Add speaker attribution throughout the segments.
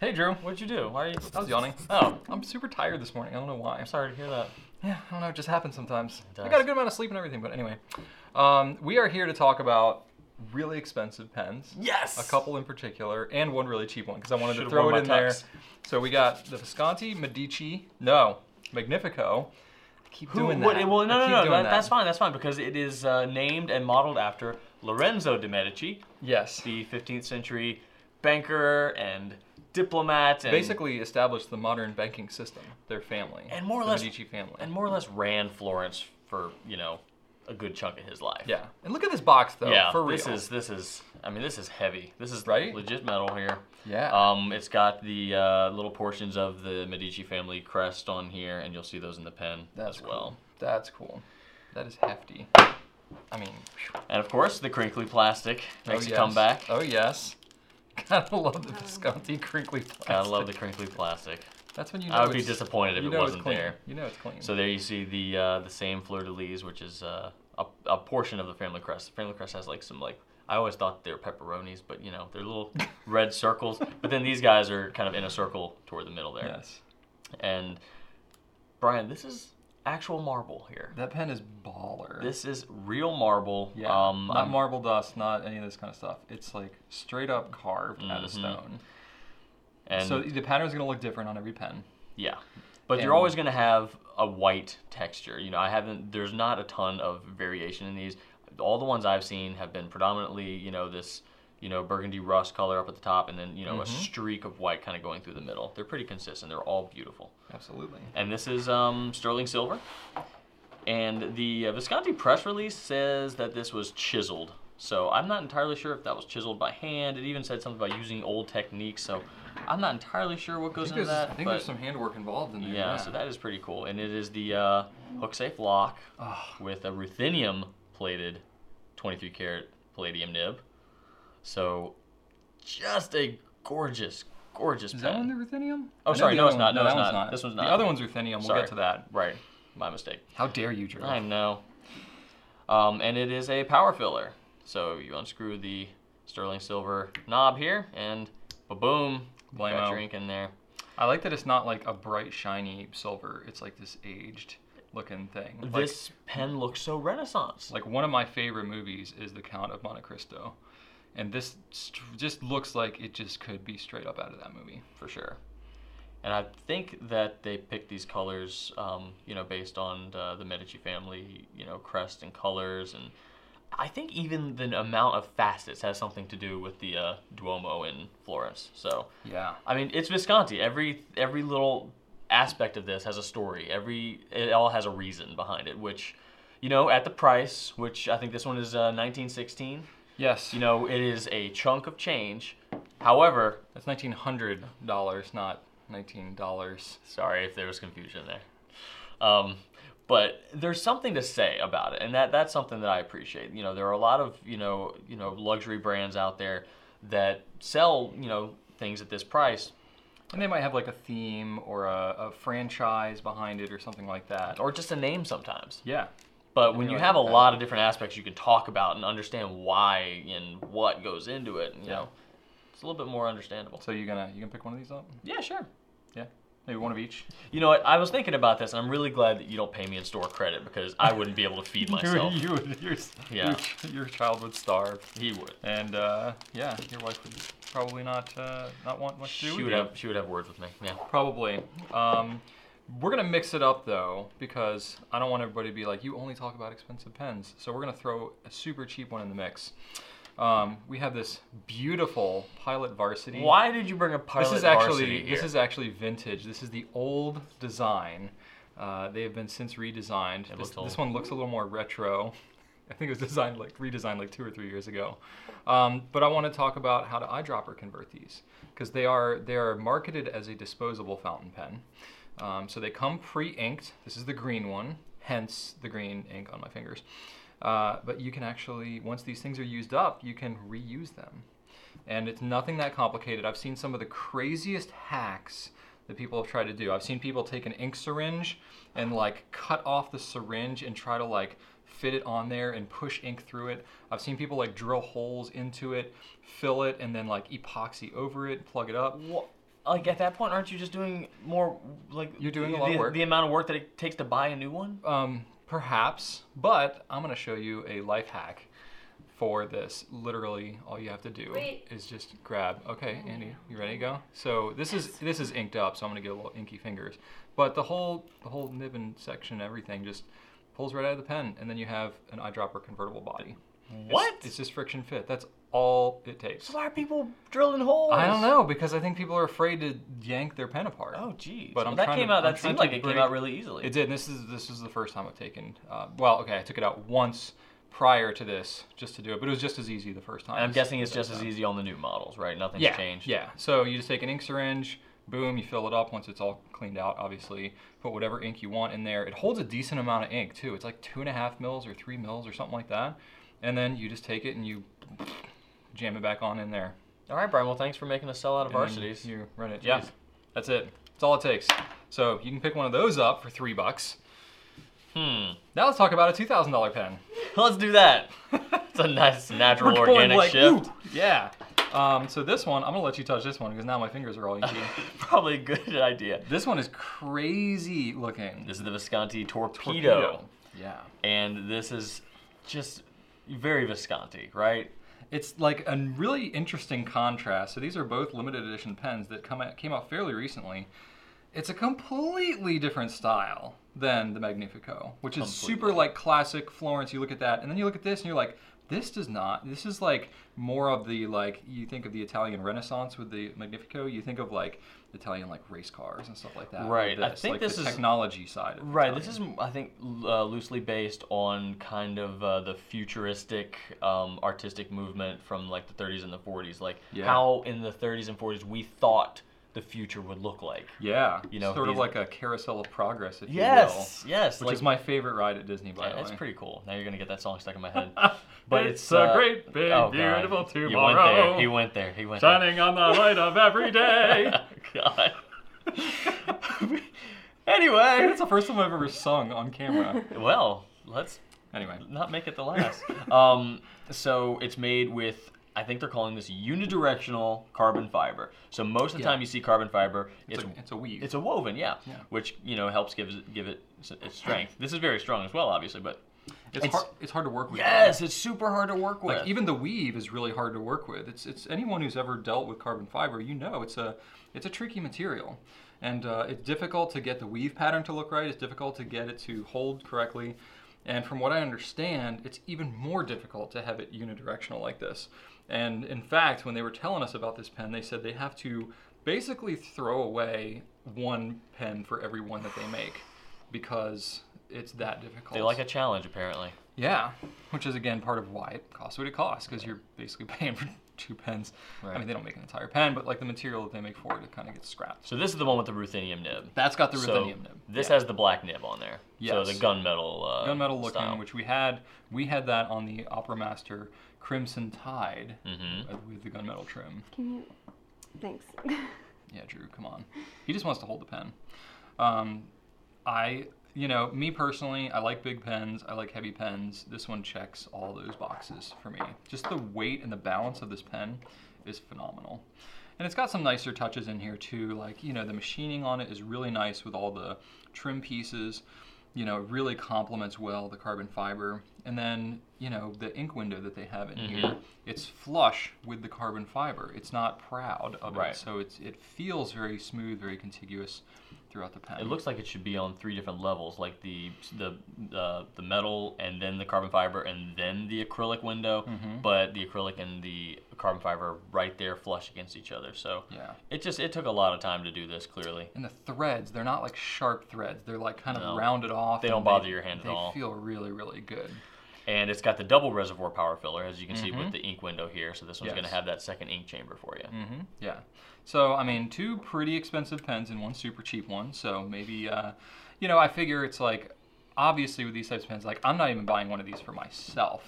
Speaker 1: Hey, Drew.
Speaker 2: What'd you do? Why are you?
Speaker 1: I was yawning.
Speaker 2: Oh,
Speaker 1: I'm super tired this morning. I don't know why.
Speaker 2: I'm sorry to hear that.
Speaker 1: Yeah, I don't know. It just happens sometimes.
Speaker 2: It
Speaker 1: I
Speaker 2: does.
Speaker 1: got a good amount of sleep and everything, but anyway, um, we are here to talk about really expensive pens.
Speaker 2: Yes.
Speaker 1: A couple in particular, and one really cheap one because I wanted to
Speaker 2: Should've
Speaker 1: throw
Speaker 2: worn
Speaker 1: it
Speaker 2: my
Speaker 1: in there.
Speaker 2: tux.
Speaker 1: So we got the Visconti, Medici, no, Magnifico. I keep
Speaker 2: Who?
Speaker 1: doing that.
Speaker 2: what- well,
Speaker 1: I
Speaker 2: no, no,
Speaker 1: keep
Speaker 2: no.
Speaker 1: doing
Speaker 2: that-
Speaker 1: that.
Speaker 2: That's fine. That's fine because it is uh, named and modeled after Lorenzo de Medici,
Speaker 1: Yes.
Speaker 2: the 15th century banker and diplomat, and
Speaker 1: Basically, established the modern banking system. Their family
Speaker 2: And more or
Speaker 1: the
Speaker 2: less-
Speaker 1: Medici family.
Speaker 2: and more or less ran Florence for you know a good chunk of his life.
Speaker 1: yeah. And look at this box though.
Speaker 2: yeah.
Speaker 1: For real.
Speaker 2: This is this is. I mean, this is heavy. This is
Speaker 1: Right?
Speaker 2: legit metal here.
Speaker 1: Yeah.
Speaker 2: Um, it's got the uh, little portions of the Medici family crest on here, and you'll see those in the pen as well.
Speaker 1: Cool. That's cool. That is hefty. I mean, phew.
Speaker 2: And of course, the crinkly plastic makes
Speaker 1: oh,
Speaker 2: a
Speaker 1: yes.
Speaker 2: comeback.
Speaker 1: Oh yes. Gotta love the Visconti crinkly plastic.
Speaker 2: Gotta love the crinkly plastic.
Speaker 1: That's when you. Know
Speaker 2: I would be
Speaker 1: it's-
Speaker 2: disappointed if
Speaker 1: you
Speaker 2: it
Speaker 1: know it's
Speaker 2: wasn't
Speaker 1: clean.
Speaker 2: there.
Speaker 1: You know it's clean.
Speaker 2: So there you see the uh, the same fleur de lis, which is uh, a, a portion of the family crest. The family crest has like some like I always thought they were pepperonis, but you know they're little red circles. But then these guys are kind of in a circle toward the middle there.
Speaker 1: yes.
Speaker 2: And Brian, this is actual marble here.
Speaker 1: That pen is baller.
Speaker 2: This is real marble.
Speaker 1: Yeah.
Speaker 2: Um,
Speaker 1: not
Speaker 2: I'm-
Speaker 1: marble dust. Not any of this kind of stuff. It's like straight up carved out of
Speaker 2: Mhm.
Speaker 1: stone.
Speaker 2: and
Speaker 1: so the pattern is gonna look different on every pen.
Speaker 2: Yeah, but
Speaker 1: And-
Speaker 2: you're always going to have a white texture. You know, I haven't. There's not a ton of variation in these. All the ones I've seen have been predominantly, you know, this, you know, burgundy rust color up at the top, and then you know a
Speaker 1: Mm-hmm.
Speaker 2: streak of white kind of going through the middle. They're pretty consistent. They're all beautiful.
Speaker 1: Absolutely.
Speaker 2: And this is um, sterling silver. And the uh, Visconti press release says that this was chiseled. So I'm not entirely sure if that was chiseled by hand. It even said something about using old techniques. So I'm not entirely sure what
Speaker 1: I
Speaker 2: goes
Speaker 1: think,
Speaker 2: into
Speaker 1: there's,
Speaker 2: that.
Speaker 1: I think
Speaker 2: but-
Speaker 1: there's some handwork involved in there.
Speaker 2: yeah, so that is pretty cool. And it is the uh, hook safe lock
Speaker 1: Ah.
Speaker 2: with a ruthenium plated 23 karat palladium nib. So just a gorgeous, gorgeous
Speaker 1: Is that
Speaker 2: pen.
Speaker 1: one the ruthenium?
Speaker 2: Oh,
Speaker 1: I know
Speaker 2: sorry,
Speaker 1: the
Speaker 2: no,
Speaker 1: other
Speaker 2: it's not.
Speaker 1: one-
Speaker 2: No,
Speaker 1: that
Speaker 2: it's
Speaker 1: one's
Speaker 2: not. This one's not.
Speaker 1: The other one's ruthenium. We'll
Speaker 2: Sorry.
Speaker 1: get to that.
Speaker 2: Right, my mistake.
Speaker 1: How dare you, Drew?
Speaker 2: I know. Um, and it is a power filler. So you unscrew the sterling silver knob here, and ba-boom,
Speaker 1: Blammo.
Speaker 2: got your ink in there.
Speaker 1: I like that it's not like a bright, shiny silver. It's like this aged looking thing. Like,
Speaker 2: this pen looks so renaissance.
Speaker 1: like one of my favorite movies is The Count of Monte Cristo. And this st- just looks like it just could be straight up out of that movie.
Speaker 2: for sure. And I think that they picked these colors, um, you know, based on uh, the Medici family, you know, crest and colors, and I think even the amount of facets has something to do with the uh, Duomo in Florence. So
Speaker 1: Yeah.
Speaker 2: I mean, it's Visconti. Every every little aspect of this has a story. Every it all has a reason behind it, which. You know, at the price, which I think this one is uh, 1916.
Speaker 1: Yes.
Speaker 2: You know, it is a chunk of change. However,
Speaker 1: that's nineteen hundred dollars, not nineteen dollars.
Speaker 2: Sorry if there was confusion there. Um, but there's something to say about it, and that that's something that I appreciate. You know, there are a lot of you know you know luxury brands out there that sell you know things at this price,
Speaker 1: And they might have like a theme or a, a franchise behind it or something like that.
Speaker 2: or just a name sometimes.
Speaker 1: Yeah.
Speaker 2: But when
Speaker 1: Yeah,
Speaker 2: you
Speaker 1: I
Speaker 2: have a
Speaker 1: like that.
Speaker 2: lot of different aspects you can talk about and understand why and what goes into it, you
Speaker 1: Yeah.
Speaker 2: know, it's a little bit more understandable.
Speaker 1: So you gonna you gonna pick one of these up?
Speaker 2: Yeah, sure.
Speaker 1: Yeah. Maybe one of each.
Speaker 2: You know what? I was thinking about this, and I'm really glad that you don't pay me in store credit because I wouldn't be able to feed myself.
Speaker 1: You, would- your,
Speaker 2: Yeah.
Speaker 1: your, your child would starve,
Speaker 2: he would.
Speaker 1: and uh, yeah, your wife would probably not uh, not want much to do.
Speaker 2: She
Speaker 1: with
Speaker 2: would
Speaker 1: you.
Speaker 2: have she would have words with me. Yeah.
Speaker 1: Probably. Um, we're gonna mix it up though because I don't want everybody to be like, you only talk about expensive pens. So we're gonna throw a super cheap one in the mix. Um, we have this beautiful Pilot Varsity.
Speaker 2: Why did you bring a pilot
Speaker 1: This is actually
Speaker 2: varsity here?
Speaker 1: this is actually vintage. This is the old design. Uh, they have been since redesigned. This,
Speaker 2: looks old.
Speaker 1: this one looks a little more retro. I think it was designed like redesigned like two or three years ago. Um, but I want to talk about how to eyedropper convert these because they are they are marketed as a disposable fountain pen. Um, so they come pre-inked. This is the green one, hence the green ink on my fingers. Uh, but you can actually once these things are used up, you can reuse them and it's nothing that complicated. I've seen some of the craziest hacks that people have tried to do. I've seen people take an ink syringe and like cut off the syringe and try to like fit it on there and push ink through it. I've seen people like drill holes into it, fill it, and then like epoxy over it, plug it up.
Speaker 2: Wha- like at that point, aren't you just doing more like
Speaker 1: You're doing a
Speaker 2: the-
Speaker 1: lot of work.
Speaker 2: The amount of work that it takes to buy a new one.
Speaker 1: Um, perhaps, but I'm gonna show you a life hack for this. Literally, all you have to do
Speaker 3: Wait.
Speaker 1: is just grab. Okay, Andy, you ready to go? So this is this is inked up, so I'm gonna get a little inky fingers. But the whole the whole nibbin section, and everything just pulls right out of the pen, and then you have an eyedropper convertible body. It's-
Speaker 2: What?
Speaker 1: It's, just friction fit. That's all it takes.
Speaker 2: So why are people drilling holes?
Speaker 1: I don't know because I think people are afraid to yank their pen apart.
Speaker 2: Oh, geez.
Speaker 1: But
Speaker 2: Well,
Speaker 1: I'm
Speaker 2: that
Speaker 1: trying
Speaker 2: came
Speaker 1: to-
Speaker 2: out.
Speaker 1: I'm
Speaker 2: That
Speaker 1: trying
Speaker 2: seemed
Speaker 1: to
Speaker 2: like it came
Speaker 1: break-
Speaker 2: out really easily.
Speaker 1: It did. And this is this was the first time I've taken. Uh, well, okay, I took it out once prior to this just to do it, but it was just as easy the first time.
Speaker 2: And I'm
Speaker 1: as-
Speaker 2: guessing it's
Speaker 1: as
Speaker 2: just
Speaker 1: that
Speaker 2: as
Speaker 1: time.
Speaker 2: easy on the new models, right? Nothing's
Speaker 1: Yeah,
Speaker 2: changed.
Speaker 1: yeah. So you just take an ink syringe, boom, you fill it up once it's all cleaned out. Obviously, put whatever ink you want in there. It holds a decent amount of ink too. It's like two and a half mils or three mils or something like that. And then you just take it and you jam it back on in there.
Speaker 2: All right, Brian. Well, thanks for making us sell out of
Speaker 1: And then
Speaker 2: varsities.
Speaker 1: You run it.
Speaker 2: Yeah.
Speaker 1: Yes. That's it. That's all it takes. So you can pick one of those up for three bucks.
Speaker 2: Hmm.
Speaker 1: Now let's talk about a two thousand dollar pen.
Speaker 2: Let's do that. It's a nice natural
Speaker 1: We're going
Speaker 2: organic
Speaker 1: like,
Speaker 2: shift.
Speaker 1: "Ooh." Yeah. Um, so this one, I'm gonna let you touch this one because now my fingers are all inky.
Speaker 2: Probably a good idea.
Speaker 1: this one is crazy looking.
Speaker 2: This is the Visconti torpedo,
Speaker 1: Yeah.
Speaker 2: and this is just very Visconti, right?
Speaker 1: It's like a really interesting contrast. So these are both limited edition pens that come out, came out fairly recently. It's a completely different style than the Magnifico, which is super
Speaker 2: Completely.
Speaker 1: like classic Florence. You look at that, and then you look at this, and you're like, this does not. This is like more of the like you think of the Italian Renaissance with the Magnifico. You think of like Italian like race cars and stuff like that. with
Speaker 2: Right, I think
Speaker 1: like
Speaker 2: this
Speaker 1: the
Speaker 2: is-
Speaker 1: technology side. Of
Speaker 2: Right. This
Speaker 1: Italian.
Speaker 2: is, I think, l- uh, loosely based on kind of uh, the futuristic um, artistic movement from like the 30s and the 40s, like
Speaker 1: Yeah.
Speaker 2: how in the 30s and 40s we thought the future would look like.
Speaker 1: yeah,
Speaker 2: you know,
Speaker 1: sort of
Speaker 2: these-
Speaker 1: like a carousel of progress, if you will.
Speaker 2: Yes. yes.
Speaker 1: Which
Speaker 2: like-
Speaker 1: is my favorite ride at Disney, by
Speaker 2: Yeah,
Speaker 1: the way.
Speaker 2: it's pretty cool. Now you're gonna get that song stuck in my head. But it's,
Speaker 1: It's a
Speaker 2: uh,
Speaker 1: great big
Speaker 2: oh, God.
Speaker 1: beautiful tomorrow.
Speaker 2: You went there. He went there. Oh, He went
Speaker 1: Shining on the light of every day.
Speaker 2: there. God. anyway,
Speaker 1: That's the first time I've ever sung on camera.
Speaker 2: well, let's
Speaker 1: Anyway,
Speaker 2: not make it the last. um, so it's made with. I think they're calling this unidirectional carbon fiber. So most of the
Speaker 1: Yeah.
Speaker 2: time you see carbon fiber,
Speaker 1: it's,
Speaker 2: it's
Speaker 1: a, it's a weave.
Speaker 2: it's a woven, yeah,
Speaker 1: Yeah.
Speaker 2: which you know helps give give it s- its strength. This is very strong as well, obviously, but
Speaker 1: it's,
Speaker 2: it's-
Speaker 1: hard, it's hard to work with.
Speaker 2: yes, it's super hard to work with.
Speaker 1: Like even the weave is really hard to work with. It's it's anyone who's ever dealt with carbon fiber, you know, it's a it's a tricky material, and uh, it's difficult to get the weave pattern to look right. It's difficult to get it to hold correctly, and from what I understand, it's even more difficult to have it unidirectional like this. And in fact, when they were telling us about this pen, they said they have to basically throw away one pen for every one that they make because it's that difficult.
Speaker 2: they like a challenge apparently.
Speaker 1: Yeah, which is again part of why it costs what it costs because you're basically paying for two pens. I mean,
Speaker 2: Right.
Speaker 1: they don't make an entire pen, but like the material that they make for it, it kind of gets scrapped.
Speaker 2: So this is the one with the ruthenium nib.
Speaker 1: That's got the
Speaker 2: So
Speaker 1: ruthenium nib.
Speaker 2: This
Speaker 1: yeah.
Speaker 2: has the black nib on there. So the
Speaker 1: Yes.
Speaker 2: gunmetal. Uh,
Speaker 1: gunmetal looking,
Speaker 2: style.
Speaker 1: which we had. We had that on the Opera Master Crimson Tide
Speaker 2: Mm-hmm.
Speaker 1: uh, with the gunmetal trim.
Speaker 3: Can you? Thanks.
Speaker 1: Yeah, Drew, come on. He just wants to hold the pen. Um, I, you know, me personally, I like big pens. I like heavy pens. This one checks all those boxes for me. Just the weight and the balance of this pen is phenomenal. And it's got some nicer touches in here too. Like, you know, the machining on it is really nice with all the trim pieces. You know, it really complements well the carbon fiber. And then, you know, the ink window that they have in here, it's flush with the carbon fiber. It's not proud of
Speaker 2: Right.
Speaker 1: it. So it's it feels very smooth, very contiguous throughout the pen.
Speaker 2: It looks like it should be on three different levels, like the the uh, the metal and then the carbon fiber and then the acrylic window.
Speaker 1: Mm-hmm.
Speaker 2: But the acrylic and the carbon fiber are right there, flush against each other. So
Speaker 1: Yeah.
Speaker 2: it just it took a lot of time to do this. Clearly,
Speaker 1: And the threads, they're not like sharp threads. They're like kind of
Speaker 2: No.
Speaker 1: rounded off.
Speaker 2: They
Speaker 1: and
Speaker 2: don't bother your hand at
Speaker 1: they
Speaker 2: all.
Speaker 1: feel really, really good.
Speaker 2: and it's got the double reservoir power filler, as you can see with the ink window here. So this one's gonna
Speaker 1: Mm-hmm. Yes.
Speaker 2: have that second ink chamber for you.
Speaker 1: hmm Yeah. So I mean, two pretty expensive pens and one super cheap one. So maybe, uh, you know, I figure it's like, obviously with these types of pens, like I'm not even buying one of these for myself,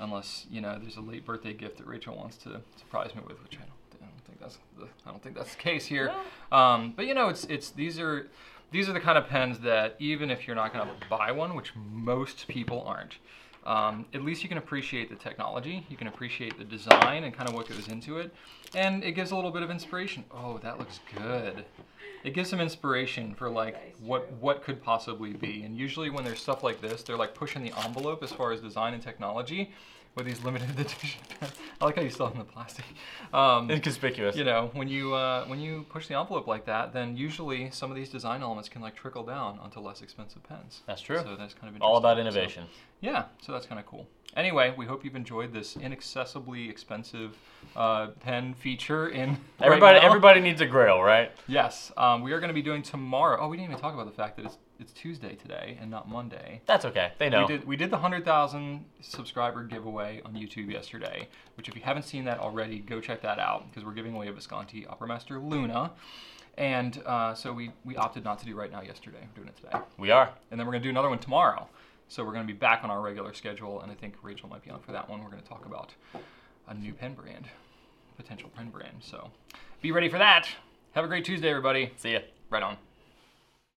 Speaker 1: unless you know there's a late birthday gift that Rachel wants to surprise me with, which I don't, I don't think that's the, I don't think that's the case here. Um, but you know, it's it's these are. These are the kind of pens that even if you're not going to buy one, which most people aren't, um, at least you can appreciate the technology. You can appreciate the design and kind of what goes into it. And it gives a little bit of inspiration. Oh, that looks good. It gives some inspiration for like
Speaker 3: That is
Speaker 1: what
Speaker 3: true.
Speaker 1: what could possibly be. And usually when there's stuff like this, they're like pushing the envelope as far as design and technology with these limited edition. pens. I like how you still have them in the plastic. Um,
Speaker 2: Inconspicuous.
Speaker 1: you know when you uh, when you push the envelope like that then usually some of these design elements can like trickle down onto less expensive pens
Speaker 2: That's true.
Speaker 1: so that's kind of
Speaker 2: All about
Speaker 1: interesting. So,
Speaker 2: innovation.
Speaker 1: yeah so that's kind of cool anyway we hope you've enjoyed this inaccessibly expensive uh, pen feature in right
Speaker 2: everybody,
Speaker 1: now.
Speaker 2: everybody needs a grail, right?
Speaker 1: yes um, we are going to be doing tomorrow oh we didn't even talk about the fact that it's it's tuesday today and not monday
Speaker 2: That's okay. They know.
Speaker 1: we did, we did the 100,000 subscriber giveaway on YouTube yesterday, which if you haven't seen that already, go check that out because we're giving away a Visconti Opera Master Luna. And uh, so we, we opted not to do right now yesterday. We're doing it today.
Speaker 2: We are.
Speaker 1: And then we're going to do another one tomorrow. So we're going to be back on our regular schedule. And I think Rachel might be on for that one. We're going to talk about a new pen brand, potential pen brand. So be ready for that. Have a great Tuesday, everybody.
Speaker 2: See ya.
Speaker 1: Right on.